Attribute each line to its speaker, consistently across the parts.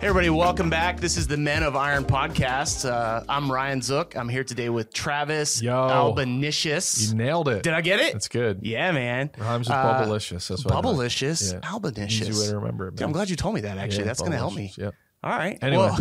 Speaker 1: everybody, welcome back. This is the Men of Iron podcast. Uh, I'm Ryan Zook. I'm here today with Travis
Speaker 2: Yo.
Speaker 1: Albanicious.
Speaker 2: You nailed it.
Speaker 1: Did I get it?
Speaker 2: That's good.
Speaker 1: yeah, man.
Speaker 2: Rhymes with
Speaker 1: Uh,
Speaker 2: bubblicious. That's what I meant.
Speaker 1: Bubblicious,
Speaker 2: Yeah. Easy way
Speaker 1: Albanicious.
Speaker 2: to remember it.
Speaker 1: Dude, I'm glad you told me that. Actually, that's going to help me.
Speaker 2: Yep.
Speaker 1: All right.
Speaker 2: Anyway.
Speaker 1: Well,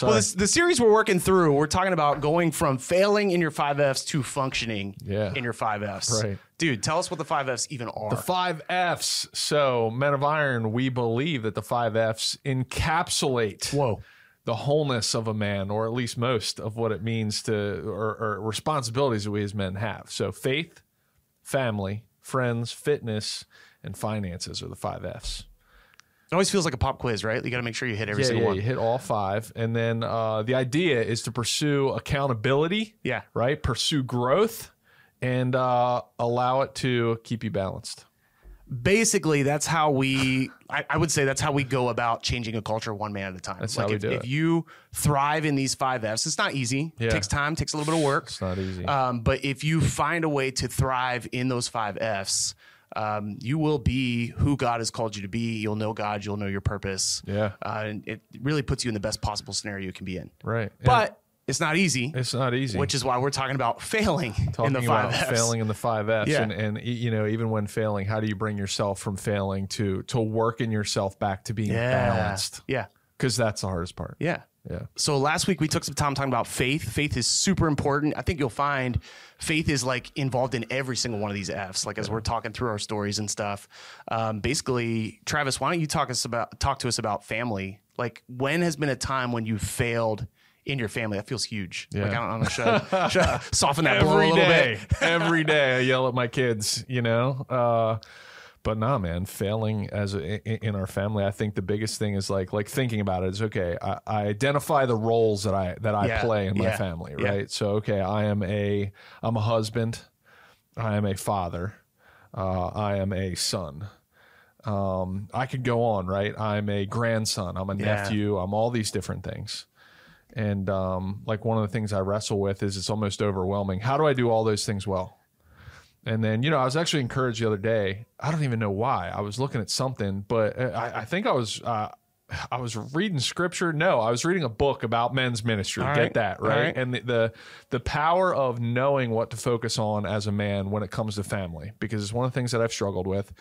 Speaker 1: well, this, the series we're working through, we're talking about going from failing in your five Fs to functioning
Speaker 2: Yeah.
Speaker 1: in your five Fs.
Speaker 2: Right.
Speaker 1: Dude, tell us what the five Fs even are.
Speaker 2: The five F's. So, Men of Iron, we believe that the five F's encapsulate
Speaker 1: Whoa.
Speaker 2: the wholeness of a man, or at least most of what it means to, or, or responsibilities that we as men have. So, faith, family, friends, fitness, and finances are the five F's.
Speaker 1: It always feels like a pop quiz, right? You got to make sure you hit every
Speaker 2: Yeah,
Speaker 1: single
Speaker 2: yeah,
Speaker 1: one.
Speaker 2: you hit all five. And then uh, the idea is to pursue accountability.
Speaker 1: yeah.
Speaker 2: right? Pursue growth and uh, allow it to keep you balanced.
Speaker 1: basically that's how we I, I would say that's how we go about changing a culture one man at a time.
Speaker 2: That's
Speaker 1: like
Speaker 2: how we
Speaker 1: if,
Speaker 2: do
Speaker 1: if
Speaker 2: it.
Speaker 1: you thrive in these five F's, it's not easy.
Speaker 2: Yeah.
Speaker 1: takes time, takes a little bit of work.
Speaker 2: It's not easy.
Speaker 1: Um, but if you find a way to thrive in those five F's, um, you will be who God has called you to be. You'll know God. You'll know your purpose.
Speaker 2: yeah,
Speaker 1: Uh, and it really puts you in the best possible scenario you can be in.
Speaker 2: right. And
Speaker 1: But it's not easy,
Speaker 2: it's not easy.
Speaker 1: which is why we're talking about failing
Speaker 2: talking
Speaker 1: in the five
Speaker 2: about
Speaker 1: F's.
Speaker 2: failing in the five Fs,
Speaker 1: Yeah.
Speaker 2: and, and y- you know, even when failing, how do you bring yourself from failing to to working yourself back to being
Speaker 1: Yeah.
Speaker 2: balanced?
Speaker 1: Yeah.
Speaker 2: Because that's the hardest part.
Speaker 1: Yeah.
Speaker 2: Yeah.
Speaker 1: So last week we took some time talking about faith. Faith is super important. I think you'll find faith is like involved in every single one of these F's. Like as we're talking through our stories and stuff. Um, basically, Travis, why don't you talk us about talk to us about family? Like when has been a time when you failed in your family? That feels huge. Like I
Speaker 2: Yeah.
Speaker 1: don't, I don't know. Should I, should I soften that blow a
Speaker 2: Every
Speaker 1: little
Speaker 2: day,
Speaker 1: bit?
Speaker 2: every day I yell at my kids, you know. Uh, but nah, man, failing as a, i- in our family, I think the biggest thing is like like thinking about it is okay. I, I identify the roles that I that I
Speaker 1: Yeah,
Speaker 2: play in my
Speaker 1: yeah,
Speaker 2: family,
Speaker 1: yeah.
Speaker 2: right? So okay, I am a I'm a husband, I am a father, uh, I am a son. Um, I could go on, right? I'm a grandson, I'm a
Speaker 1: Yeah.
Speaker 2: nephew, I'm all these different things. And um, like one of the things I wrestle with is it's almost overwhelming. How do I do all those things well? And then, you know, I was actually encouraged the other day. I don't even know why. I was looking at something, but I, I think I was uh, I was reading scripture. No, I was reading a book about men's ministry.
Speaker 1: All
Speaker 2: Get
Speaker 1: right.
Speaker 2: that
Speaker 1: All
Speaker 2: right?
Speaker 1: right.
Speaker 2: And the, the the power of knowing what to focus on as a man when it comes to family, because it's one of the things that I've struggled with.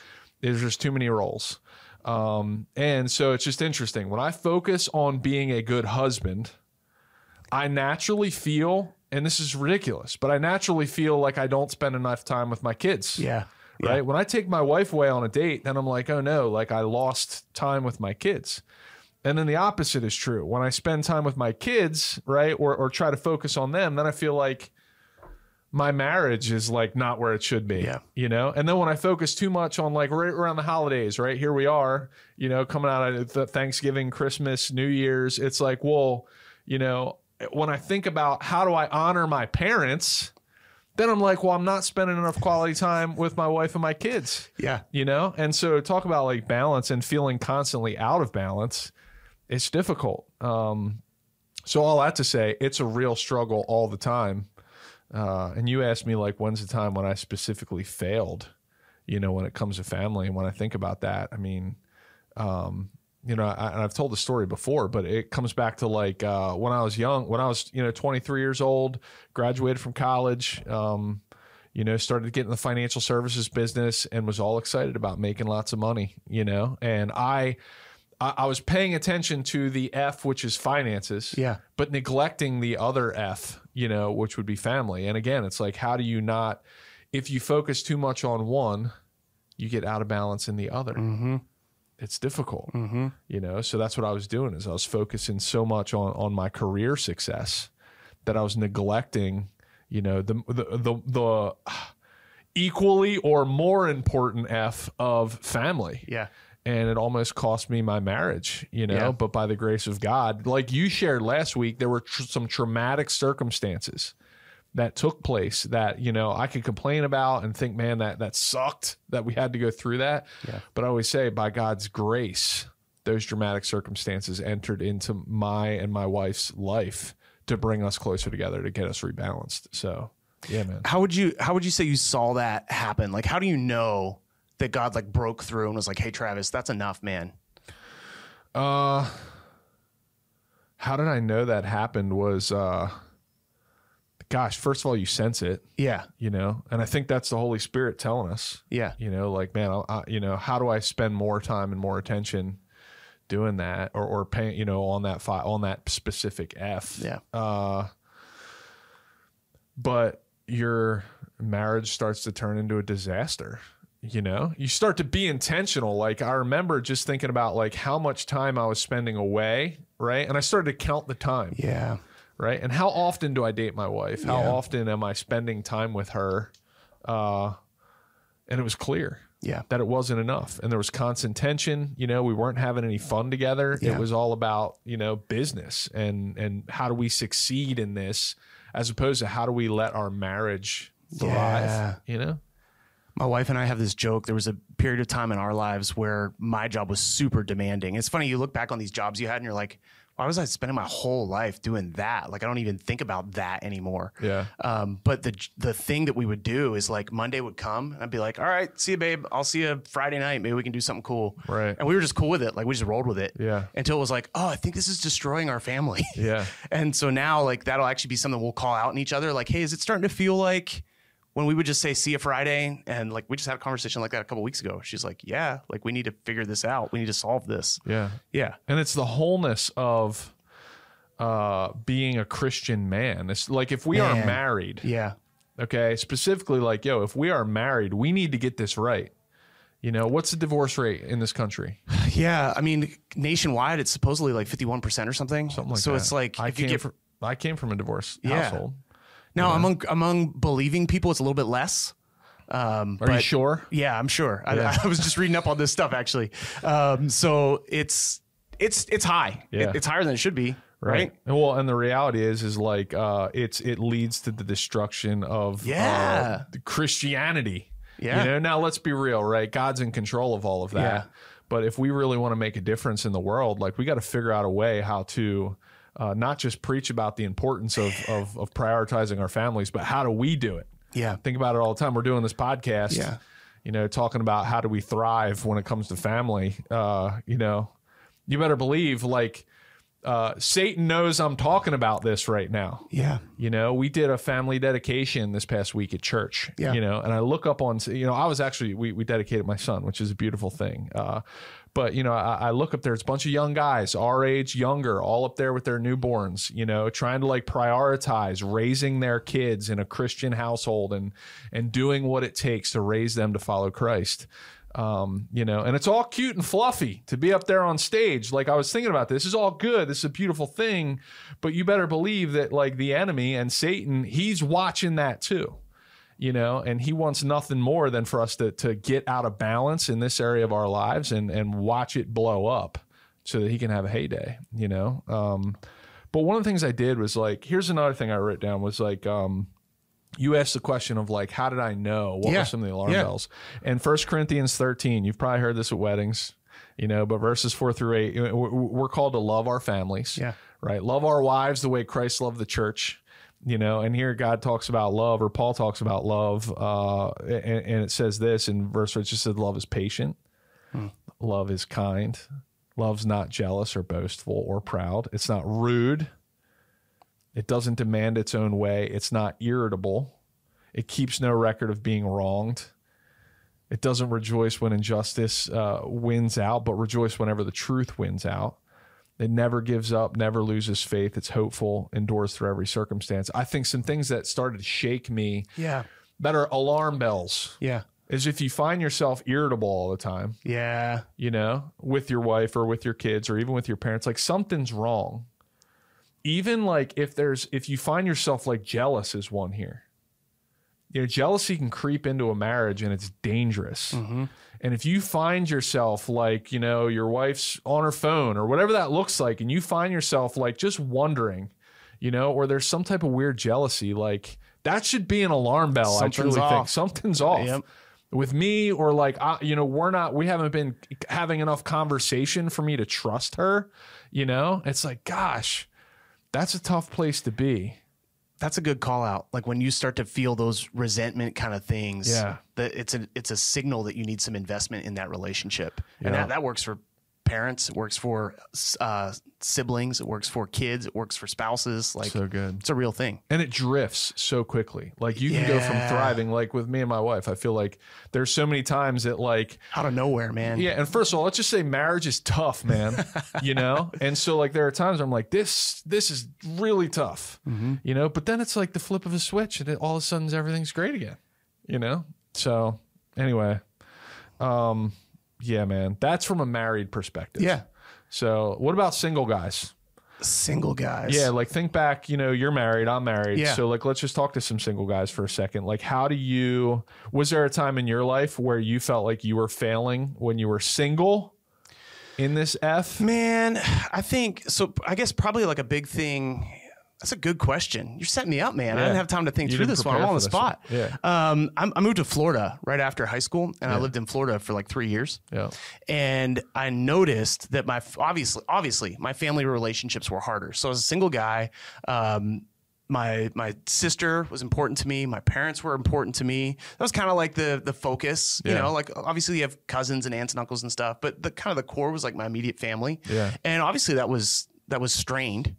Speaker 2: Is there's too many roles, um, and so it's just interesting. When I focus on being a good husband, I naturally feel, and this is ridiculous, but I naturally feel like I don't spend enough time with my kids.
Speaker 1: Yeah.
Speaker 2: Right. When I take my wife away on a date, then I'm like, oh no, like I lost time with my kids. And then the opposite is true. When I spend time with my kids, right, or, or try to focus on them, then I feel like my marriage is like not where it should be.
Speaker 1: Yeah.
Speaker 2: You know? And then when I focus too much on like right around the holidays, right? Here we are, you know, coming out of the Thanksgiving, Christmas, New Year's. It's like, well, you know, when I think about how do I honor my parents, then I'm like, well, I'm not spending enough quality time with my wife and my kids
Speaker 1: Yeah.
Speaker 2: you know and so talk about like balance and feeling constantly out of balance it's difficult um so all that to say it's a real struggle all the time uh and you asked me like when's the time when i specifically failed you know when it comes to family and when i think about that i mean um you know I, and i've told the story before but it comes back to like uh when i was young when i was you know 23 years old graduated from college um you know, started getting the financial services business and was all excited about making lots of money, you know, and I, I I was paying attention to the F, which is finances,
Speaker 1: Yeah.
Speaker 2: but neglecting the other F, you know, which would be family. And again, it's like, how do you not, if you focus too much on one, you get out of balance in the other.
Speaker 1: Mm-hmm.
Speaker 2: It's difficult,
Speaker 1: Mm-hmm.
Speaker 2: you know? So that's what I was doing is I was focusing so much on, on my career success that I was neglecting, you know, the, the, the, the equally or more important F of family
Speaker 1: Yeah.
Speaker 2: and it almost cost me my marriage, you know.
Speaker 1: Yeah.
Speaker 2: But by the grace of God, like you shared last week, there were tr- some traumatic circumstances that took place that you know I could complain about and think, man, that that sucked that we had to go through that.
Speaker 1: Yeah.
Speaker 2: But I always say, by God's grace, those dramatic circumstances entered into my and my wife's life to bring us closer together to get us rebalanced. So, yeah, man.
Speaker 1: how would you how would you say you saw that happen like how do you know that god like broke through and was like hey travis that's enough man
Speaker 2: Uh, how did I know that happened was uh gosh, first of all you sense it,
Speaker 1: Yeah.
Speaker 2: you know. And I think that's the Holy Spirit telling us,
Speaker 1: Yeah.
Speaker 2: you know, like man, I, I, you know, how do I spend more time and more attention doing that or or paying, you know, on that fi- on that specific F.
Speaker 1: Yeah.
Speaker 2: Uh but your marriage starts to turn into a disaster you know you start to be intentional like i remember just thinking about like how much time i was spending away right and i started to count the time
Speaker 1: Yeah.
Speaker 2: right and how often do i date my wife how
Speaker 1: Yeah.
Speaker 2: often am i spending time with her uh and it was clear
Speaker 1: Yeah.
Speaker 2: that it wasn't enough and there was constant tension you know we weren't having any fun together
Speaker 1: Yeah.
Speaker 2: it was all about you know business and and how do we succeed in this as opposed to how do we let our marriage thrive
Speaker 1: Yeah.
Speaker 2: you know
Speaker 1: My wife and I have this joke. There was a period of time in our lives where my job was super demanding. It's funny, you look back on these jobs you had and you're like, why was I spending my whole life doing that? Like, I don't even think about that anymore.
Speaker 2: yeah
Speaker 1: Um, but the the thing that we would do is like Monday would come and I'd be like, all right, see you, babe. I'll see you Friday night. Maybe we can do something cool.
Speaker 2: Right.
Speaker 1: And we were just cool with it. Like, we just rolled with it.
Speaker 2: Yeah.
Speaker 1: Until it was like, oh, I think this is destroying our family.
Speaker 2: Yeah.
Speaker 1: And so now, like, that'll actually be something we'll call out in each other. Like, hey, is it starting to feel like when we would just say, see you Friday? And like, we just had a conversation like that a couple weeks ago. She's like, yeah, like, we need to figure this out. We need to solve this.
Speaker 2: yeah
Speaker 1: Yeah.
Speaker 2: and it's the wholeness of uh being a christian man it's like if we are
Speaker 1: Man.
Speaker 2: married
Speaker 1: Yeah.
Speaker 2: okay specifically like yo if we are married we need to get this right you know what's the divorce rate in this country
Speaker 1: Yeah. I mean, nationwide, it's supposedly like 51% or something.
Speaker 2: something like
Speaker 1: so
Speaker 2: that.
Speaker 1: it's like,
Speaker 2: I
Speaker 1: if
Speaker 2: came
Speaker 1: you get
Speaker 2: from, I came from a divorce
Speaker 1: Yeah.
Speaker 2: household.
Speaker 1: Now, among among believing people, it's a little bit less. Um,
Speaker 2: Are you
Speaker 1: but
Speaker 2: sure?
Speaker 1: yeah, I'm sure.
Speaker 2: Yeah.
Speaker 1: I, I was just reading up on this stuff actually. Um, so it's it's it's high. It-
Speaker 2: Yeah.
Speaker 1: it's higher than it should be, right?
Speaker 2: And well, and the reality is, is like uh, it's it leads to the destruction of
Speaker 1: Yeah.
Speaker 2: uh, the Christianity.
Speaker 1: Yeah.
Speaker 2: You know, now let's be real, right? God's in control of all of
Speaker 1: Yeah.
Speaker 2: that. But if we really want to make a difference in the world, like we got to figure out a way how to uh, not just preach about the importance of, of of prioritizing our families, but how do we do it?
Speaker 1: Yeah,
Speaker 2: think about it all the time. We're doing this podcast,
Speaker 1: Yeah.
Speaker 2: you know, talking about how do we thrive when it comes to family. Uh, you know, you better believe like uh, Satan knows I'm talking about this right now.
Speaker 1: yeah,
Speaker 2: You know, we did a family dedication this past week at church.
Speaker 1: Yeah.
Speaker 2: You know, and I look up on, you know, I was actually, we, we dedicated my son, which is a beautiful thing. Uh, but, you know, I, I look up there, it's a bunch of young guys, our age, younger, all up there with their newborns, you know, trying to like prioritize raising their kids in a Christian household and, and doing what it takes to raise them to follow Christ. Um, you know, and it's all cute and fluffy to be up there on stage. Like I was thinking about this, this is all good. This is a beautiful thing, but you better believe that like the enemy and Satan, he's watching that too. You know, and he wants nothing more than for us to to get out of balance in this area of our lives and and watch it blow up so that he can have a heyday, you know. Um but one of the things I did was like here's another thing I wrote down was like um you asked the question of like how did I know what
Speaker 1: Yeah.
Speaker 2: were some of the alarm
Speaker 1: Yeah.
Speaker 2: bells? And 1 Corinthians 13, you've probably heard this at weddings, you know, but verses 4 through 8, you know, we're- we're called to love our families
Speaker 1: Yeah.
Speaker 2: right? Love our wives the way Christ loved the church, you know. And here God talks about love, or Paul talks about love, uh, and, and it says this in verse where it just says, "Love is patient, love is kind, love's not jealous or boastful or proud. It's not rude. It doesn't demand its own way. It's not irritable. It keeps no record of being wronged." It doesn't rejoice when injustice uh, wins out, but rejoice whenever the truth wins out. It never gives up, never loses faith. It's hopeful, endures through every circumstance. I think some things that started to shake me
Speaker 1: yeah,
Speaker 2: that are alarm bells
Speaker 1: yeah,
Speaker 2: is if you find yourself irritable all the time,
Speaker 1: yeah,
Speaker 2: you know, with your wife or with your kids or even with your parents, like something's wrong. Even like if there's, if you find yourself like jealous is one here. You know, jealousy can creep into a marriage and it's dangerous. And if you find yourself like, you know, your wife's on her phone or whatever that looks like, and you find yourself like just wondering, you know, or there's some type of weird jealousy, like that should be an alarm bell. I
Speaker 1: Something's
Speaker 2: truly think
Speaker 1: off.
Speaker 2: something's off
Speaker 1: Yep.
Speaker 2: with me, or like, I, you know, we're not, we haven't been having enough conversation for me to trust her. You know, it's like, gosh, that's a tough place to be.
Speaker 1: That's a good call out. Like when you start to feel those resentment kind of things.
Speaker 2: Yeah.
Speaker 1: that it's a it's a signal that you need some investment in that relationship, and
Speaker 2: Yeah.
Speaker 1: that, that works for parents. It works for uh, siblings. It works for kids. It works for spouses. Like
Speaker 2: so good.
Speaker 1: it's a real thing.
Speaker 2: And it drifts so quickly. Like you can go from
Speaker 1: Yeah.
Speaker 2: thriving, like with me and my wife. I feel like there's so many times that like
Speaker 1: Out of nowhere, man.
Speaker 2: Yeah, and first of all, let's just say marriage is tough, man. you know, and so like there are times where I'm like, this this is really tough. You know, but then it's like the flip of a switch, and it, all of a sudden everything's great again. You know, so anyway, um, yeah, man, that's from a married perspective.
Speaker 1: Yeah.
Speaker 2: So what about single guys?
Speaker 1: Single guys.
Speaker 2: Yeah, like think back, you know, you're married, I'm married.
Speaker 1: Yeah.
Speaker 2: So like let's just talk to some single guys for a second. Like how do you was there a time in your life where you felt like you were failing when you were single in this F?
Speaker 1: Man, I think so. I guess probably like a big thing. That's a good question. You're setting me up, man. I
Speaker 2: Yeah.
Speaker 1: didn't have time to think
Speaker 2: You
Speaker 1: through
Speaker 2: didn't
Speaker 1: this one. I'm
Speaker 2: prepare
Speaker 1: on the
Speaker 2: for this one.
Speaker 1: spot. Um, I'm, I moved to Florida right after high school, and I lived in Florida for like three years.
Speaker 2: Yeah.
Speaker 1: and I noticed that my obviously obviously my family relationships were harder. So as a single guy, um, my my sister was important to me. My parents were important to me. That was kind of like the the focus, you
Speaker 2: Yeah.
Speaker 1: know. Like obviously you have cousins and aunts and uncles and stuff, but the kind of the core was like my immediate family.
Speaker 2: Yeah.
Speaker 1: And obviously that was that was strained.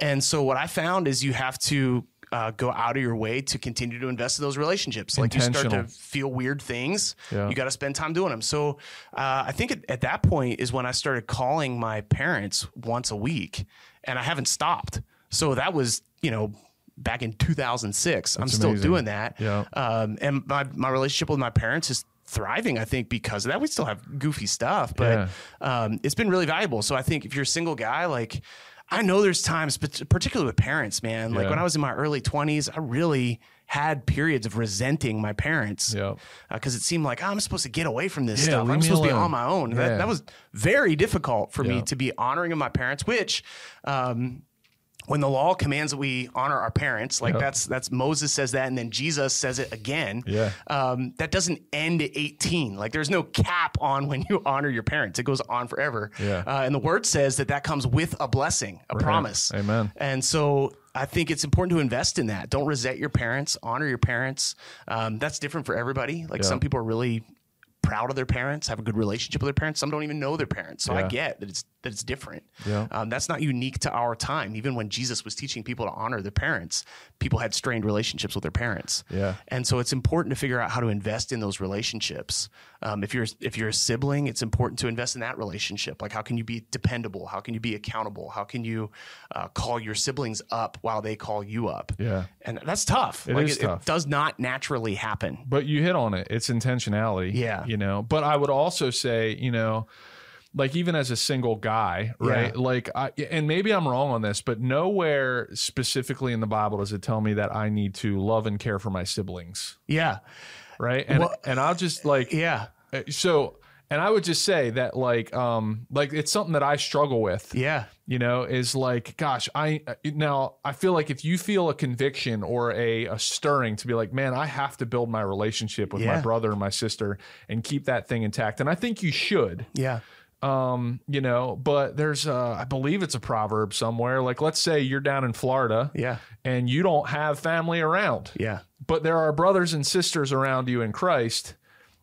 Speaker 1: And so what I found is you have to. Uh, go out of your way to continue to invest in those relationships. Like you start to
Speaker 2: Intentional.
Speaker 1: feel weird things.
Speaker 2: Yeah.
Speaker 1: You got to spend time doing them. So uh, I think at, at that point is when I started calling my parents once a week, and I haven't stopped. So that was you know back in 2006. I'm still
Speaker 2: amazing.
Speaker 1: doing that.
Speaker 2: Yeah.
Speaker 1: Um, and my my relationship with my parents is thriving. I think because of that. We still have goofy stuff,
Speaker 2: Yeah.
Speaker 1: but um, it's been really valuable. So I think if you're a single guy, like. I know there's times, but particularly with parents, man. Like
Speaker 2: Yeah.
Speaker 1: when I was in my early 20s, I really had periods of resenting my parents
Speaker 2: Yeah.
Speaker 1: because it seemed like "Oh, I'm supposed to get away from this
Speaker 2: Yeah,
Speaker 1: stuff.
Speaker 2: leave
Speaker 1: I'm
Speaker 2: me
Speaker 1: supposed to be
Speaker 2: alone."
Speaker 1: on my own.
Speaker 2: Yeah.
Speaker 1: That, that was very difficult for
Speaker 2: Yeah.
Speaker 1: me to be honoring of my parents, which. Um, when the law commands that we honor our parents, like that's that's Moses says that, and then Jesus says it again.
Speaker 2: Yeah.
Speaker 1: um, that doesn't end at eighteen. Like there's no cap on when you honor your parents; it goes on forever.
Speaker 2: Yeah.
Speaker 1: Uh, and the word says that that comes with a blessing, a promise.
Speaker 2: Amen.
Speaker 1: And so I think it's important to invest in that. Don't resent your parents, honor your parents. Um, that's different for everybody. Like some people are really proud of their parents, have a good relationship with their parents. Some don't even know their parents. So
Speaker 2: Yeah.
Speaker 1: I get that it's that it's different.
Speaker 2: Yeah.
Speaker 1: Um, that's not unique to our time. Even when Jesus was teaching people to honor their parents, people had strained relationships with their parents.
Speaker 2: Yeah.
Speaker 1: And so it's important to figure out how to invest in those relationships. Um, if you're if you're a sibling, it's important to invest in that relationship. Like, how can you be dependable? How can you be accountable? How can you uh, call your siblings up while they call you up?
Speaker 2: Yeah.
Speaker 1: And that's tough.
Speaker 2: It
Speaker 1: like
Speaker 2: is
Speaker 1: it,
Speaker 2: tough.
Speaker 1: it does not naturally happen.
Speaker 2: But you hit on it. It's intentionality.
Speaker 1: Yeah.
Speaker 2: You know, but I would also say, you know, like even as a single guy, right? Like I and maybe I'm wrong on this, but nowhere specifically in the Bible does it tell me that I need to love and care for my siblings.
Speaker 1: Yeah.
Speaker 2: right and
Speaker 1: Well-
Speaker 2: and i'll just like
Speaker 1: Yeah.
Speaker 2: uh, so and i would just say that like um like it's something that i struggle with
Speaker 1: Yeah.
Speaker 2: you know is like gosh i uh, now i feel like if you feel a conviction or a, a stirring to be like man i have to build my relationship with my
Speaker 1: Yeah.
Speaker 2: brother and my sister and keep that thing intact and i think you should
Speaker 1: Yeah.
Speaker 2: um you know but there's uh i believe it's a proverb somewhere like let's say you're down in florida
Speaker 1: Yeah.
Speaker 2: and you don't have family around
Speaker 1: Yeah.
Speaker 2: but there are brothers and sisters around you in Christ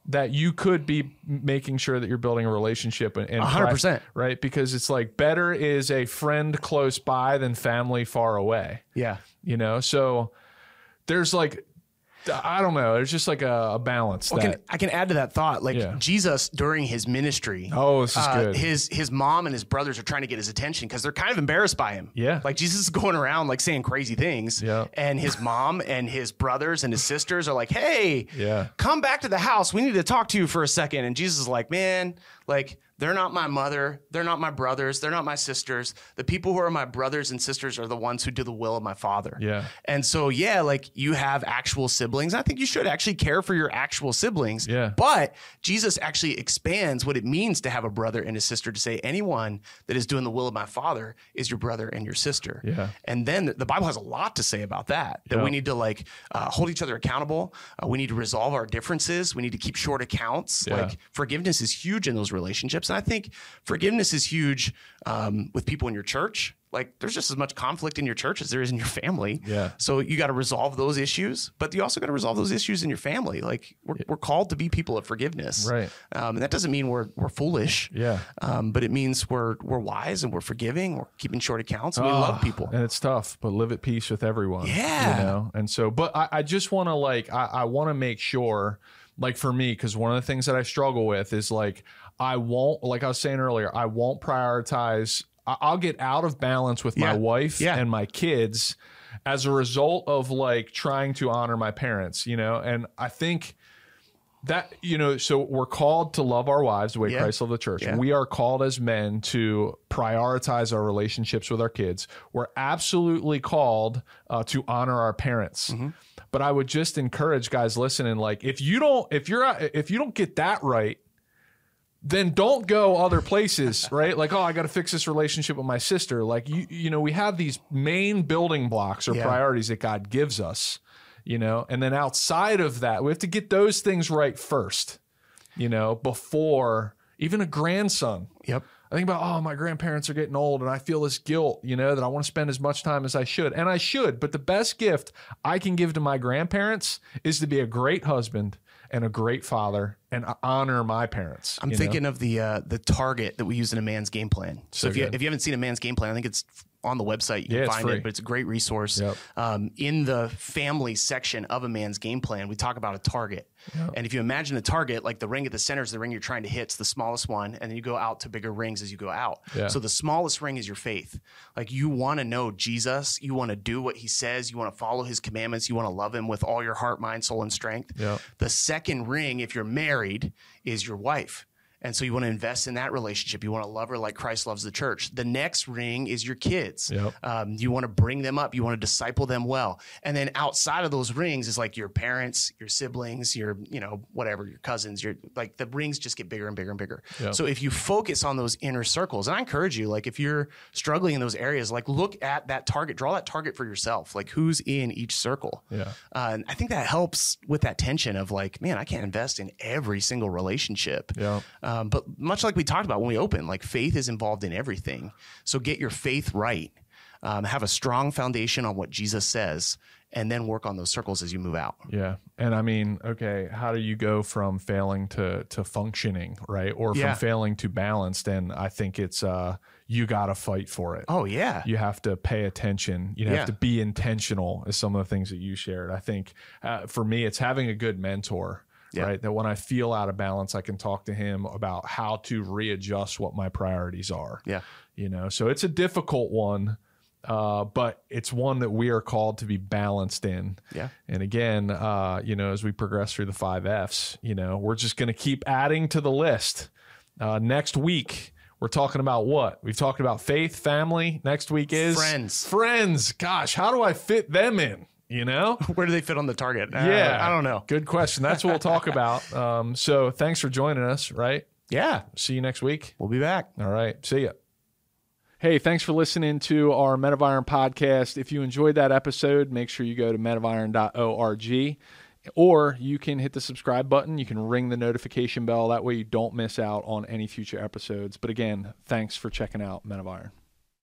Speaker 2: that you could be making sure that you're building a relationship and, and
Speaker 1: A hundred percent.
Speaker 2: right because it's like better is a friend close by than family far away
Speaker 1: Yeah.
Speaker 2: you know so there's like i don't know there's just like a, a balance
Speaker 1: Well,
Speaker 2: that
Speaker 1: can, I can add to that thought. Like
Speaker 2: Yeah.
Speaker 1: Jesus during his ministry.
Speaker 2: Oh, this is
Speaker 1: Uh,
Speaker 2: good.
Speaker 1: His his mom and his brothers are trying to get his attention because they're kind of embarrassed by him.
Speaker 2: Yeah.
Speaker 1: Like Jesus is going around like saying crazy things.
Speaker 2: Yeah.
Speaker 1: And his mom and his brothers and his sisters are like, Hey,
Speaker 2: Yeah.
Speaker 1: come back to the house. We need to talk to you for a second. And Jesus is like, Man, like they're not my mother. They're not my brothers. They're not my sisters. The people who are my brothers and sisters are the ones who do the will of my father.
Speaker 2: Yeah.
Speaker 1: And so, yeah, like you have actual siblings. I think you should actually care for your actual siblings.
Speaker 2: Yeah.
Speaker 1: But Jesus actually expands what it means to have a brother and a sister to say anyone that is doing the will of my father is your brother and your sister.
Speaker 2: Yeah.
Speaker 1: And then the Bible has a lot to say about that, that
Speaker 2: Yeah.
Speaker 1: we need to like uh, hold each other accountable. Uh, we need to resolve our differences. We need to keep short accounts.
Speaker 2: Yeah.
Speaker 1: Like forgiveness is huge in those relationships. And I think forgiveness is huge um, with people in your church. like there's just as much conflict in your church as there is in your family.
Speaker 2: Yeah.
Speaker 1: So you got to resolve those issues, but you also got to resolve those issues in your family. Like we're, we're called to be people of forgiveness.
Speaker 2: Right.
Speaker 1: Um, and that doesn't mean we're, we're foolish.
Speaker 2: Yeah.
Speaker 1: Um, but it means we're, we're wise and we're forgiving. We're keeping short accounts and we love
Speaker 2: Ah,
Speaker 1: people.
Speaker 2: And it's tough, but live at peace with everyone.
Speaker 1: Yeah.
Speaker 2: You know? And so, but I, I just want to like, I, I want to make sure, like for me, because one of the things that I struggle with is like, I won't, like I was saying earlier, I won't prioritize, I, I'll get out of balance with
Speaker 1: Yeah.
Speaker 2: my wife
Speaker 1: Yeah.
Speaker 2: and my kids as a result of like trying to honor my parents, you know? And I think that, you know, so we're called to love our wives the way
Speaker 1: Yeah.
Speaker 2: Christ loved the church.
Speaker 1: Yeah.
Speaker 2: We are called as men to prioritize our relationships with our kids. We're absolutely called uh, to honor our parents.
Speaker 1: Mm-hmm.
Speaker 2: But I would just encourage guys listening, like if you don't, if you're, if you don't get that right, then don't go other places, right? Like, oh, I got to fix this relationship with my sister. Like, you, you know, we have these main building blocks or
Speaker 1: Yeah.
Speaker 2: priorities that God gives us, you know, and then outside of that, we have to get those things right first, you know, before even a grandson.
Speaker 1: Yep.
Speaker 2: I think about, oh, my grandparents are getting old and I feel this guilt, you know, that I want to spend as much time as I should. And I should, but the best gift I can give to my grandparents is to be a great husband and a great father and honor my parents.
Speaker 1: I'm
Speaker 2: you know?
Speaker 1: thinking of the uh, the target that we use in a man's game plan. So,
Speaker 2: So
Speaker 1: if you
Speaker 2: good.
Speaker 1: if you haven't seen a man's game plan, I think it's on the website. You can
Speaker 2: Yeah, it's
Speaker 1: find
Speaker 2: free.
Speaker 1: it, but it's a great resource.
Speaker 2: Yep.
Speaker 1: Um, in the family section of a man's game plan, we talk about a target. And if you imagine a target, like the ring at the center is the ring you're trying to hit, it's the smallest one, and then you go out to bigger rings as you go out.
Speaker 2: Yeah.
Speaker 1: So the smallest ring is your faith. Like you want to know Jesus, you want to do what he says, you want to follow his commandments, you want to love him with all your heart, mind, soul, and strength.
Speaker 2: Yeah.
Speaker 1: The second ring, if you're married, is your wife. And so you want to invest in that relationship. You want to love her like Christ loves the church. The next ring is your kids.
Speaker 2: Yep.
Speaker 1: Um, you want to bring them up. You want to disciple them well. And then outside of those rings is like your parents, your siblings, your you know whatever, your cousins. Your like the rings just get bigger and bigger and bigger.
Speaker 2: Yep.
Speaker 1: So if you focus on those inner circles, and I encourage you, like if you're struggling in those areas, like look at that target, draw that target for yourself. Like who's in each circle.
Speaker 2: Yeah.
Speaker 1: Uh, and I think that helps with that tension of like, man, I can't invest in every single relationship.
Speaker 2: Yeah.
Speaker 1: Um, but much like we talked about when we open, like faith is involved in everything. So get your faith right, um, have a strong foundation on what Jesus says, and then work on those circles as you move out.
Speaker 2: Yeah. And I mean, okay, how do you go from failing to to functioning, right? Or from
Speaker 1: Yeah.
Speaker 2: failing to balanced? And I think it's uh you gotta fight for it.
Speaker 1: Oh yeah,
Speaker 2: You have to pay attention. You
Speaker 1: Yeah.
Speaker 2: have to be intentional is some of the things that you shared. I think uh, for me, it's having a good mentor.
Speaker 1: Yeah.
Speaker 2: Right. That when I feel out of balance, I can talk to him about how to readjust what my priorities are.
Speaker 1: yeah,
Speaker 2: you know so it's a difficult one uh, but it's one that we are called to be balanced in
Speaker 1: Yeah.
Speaker 2: and again uh, you know as we progress through the five f's you know we're just going to keep adding to the list uh, next week we're talking about what we've talked about faith family next week is
Speaker 1: Friends.
Speaker 2: friends gosh how do i fit them in you know
Speaker 1: Where do they fit on the target? Uh,
Speaker 2: yeah
Speaker 1: I don't know.
Speaker 2: good question that's what we'll talk about um, so thanks for joining us right
Speaker 1: Yeah,
Speaker 2: see you next week
Speaker 1: we'll be back.
Speaker 2: all right. See ya. Hey, thanks for listening to our Men of Iron podcast. If you enjoyed that episode, make sure you go to menofiron.org or you can hit the subscribe button. You can ring the notification bell. That way you don't miss out on any future episodes. But again, thanks for checking out Men of Iron.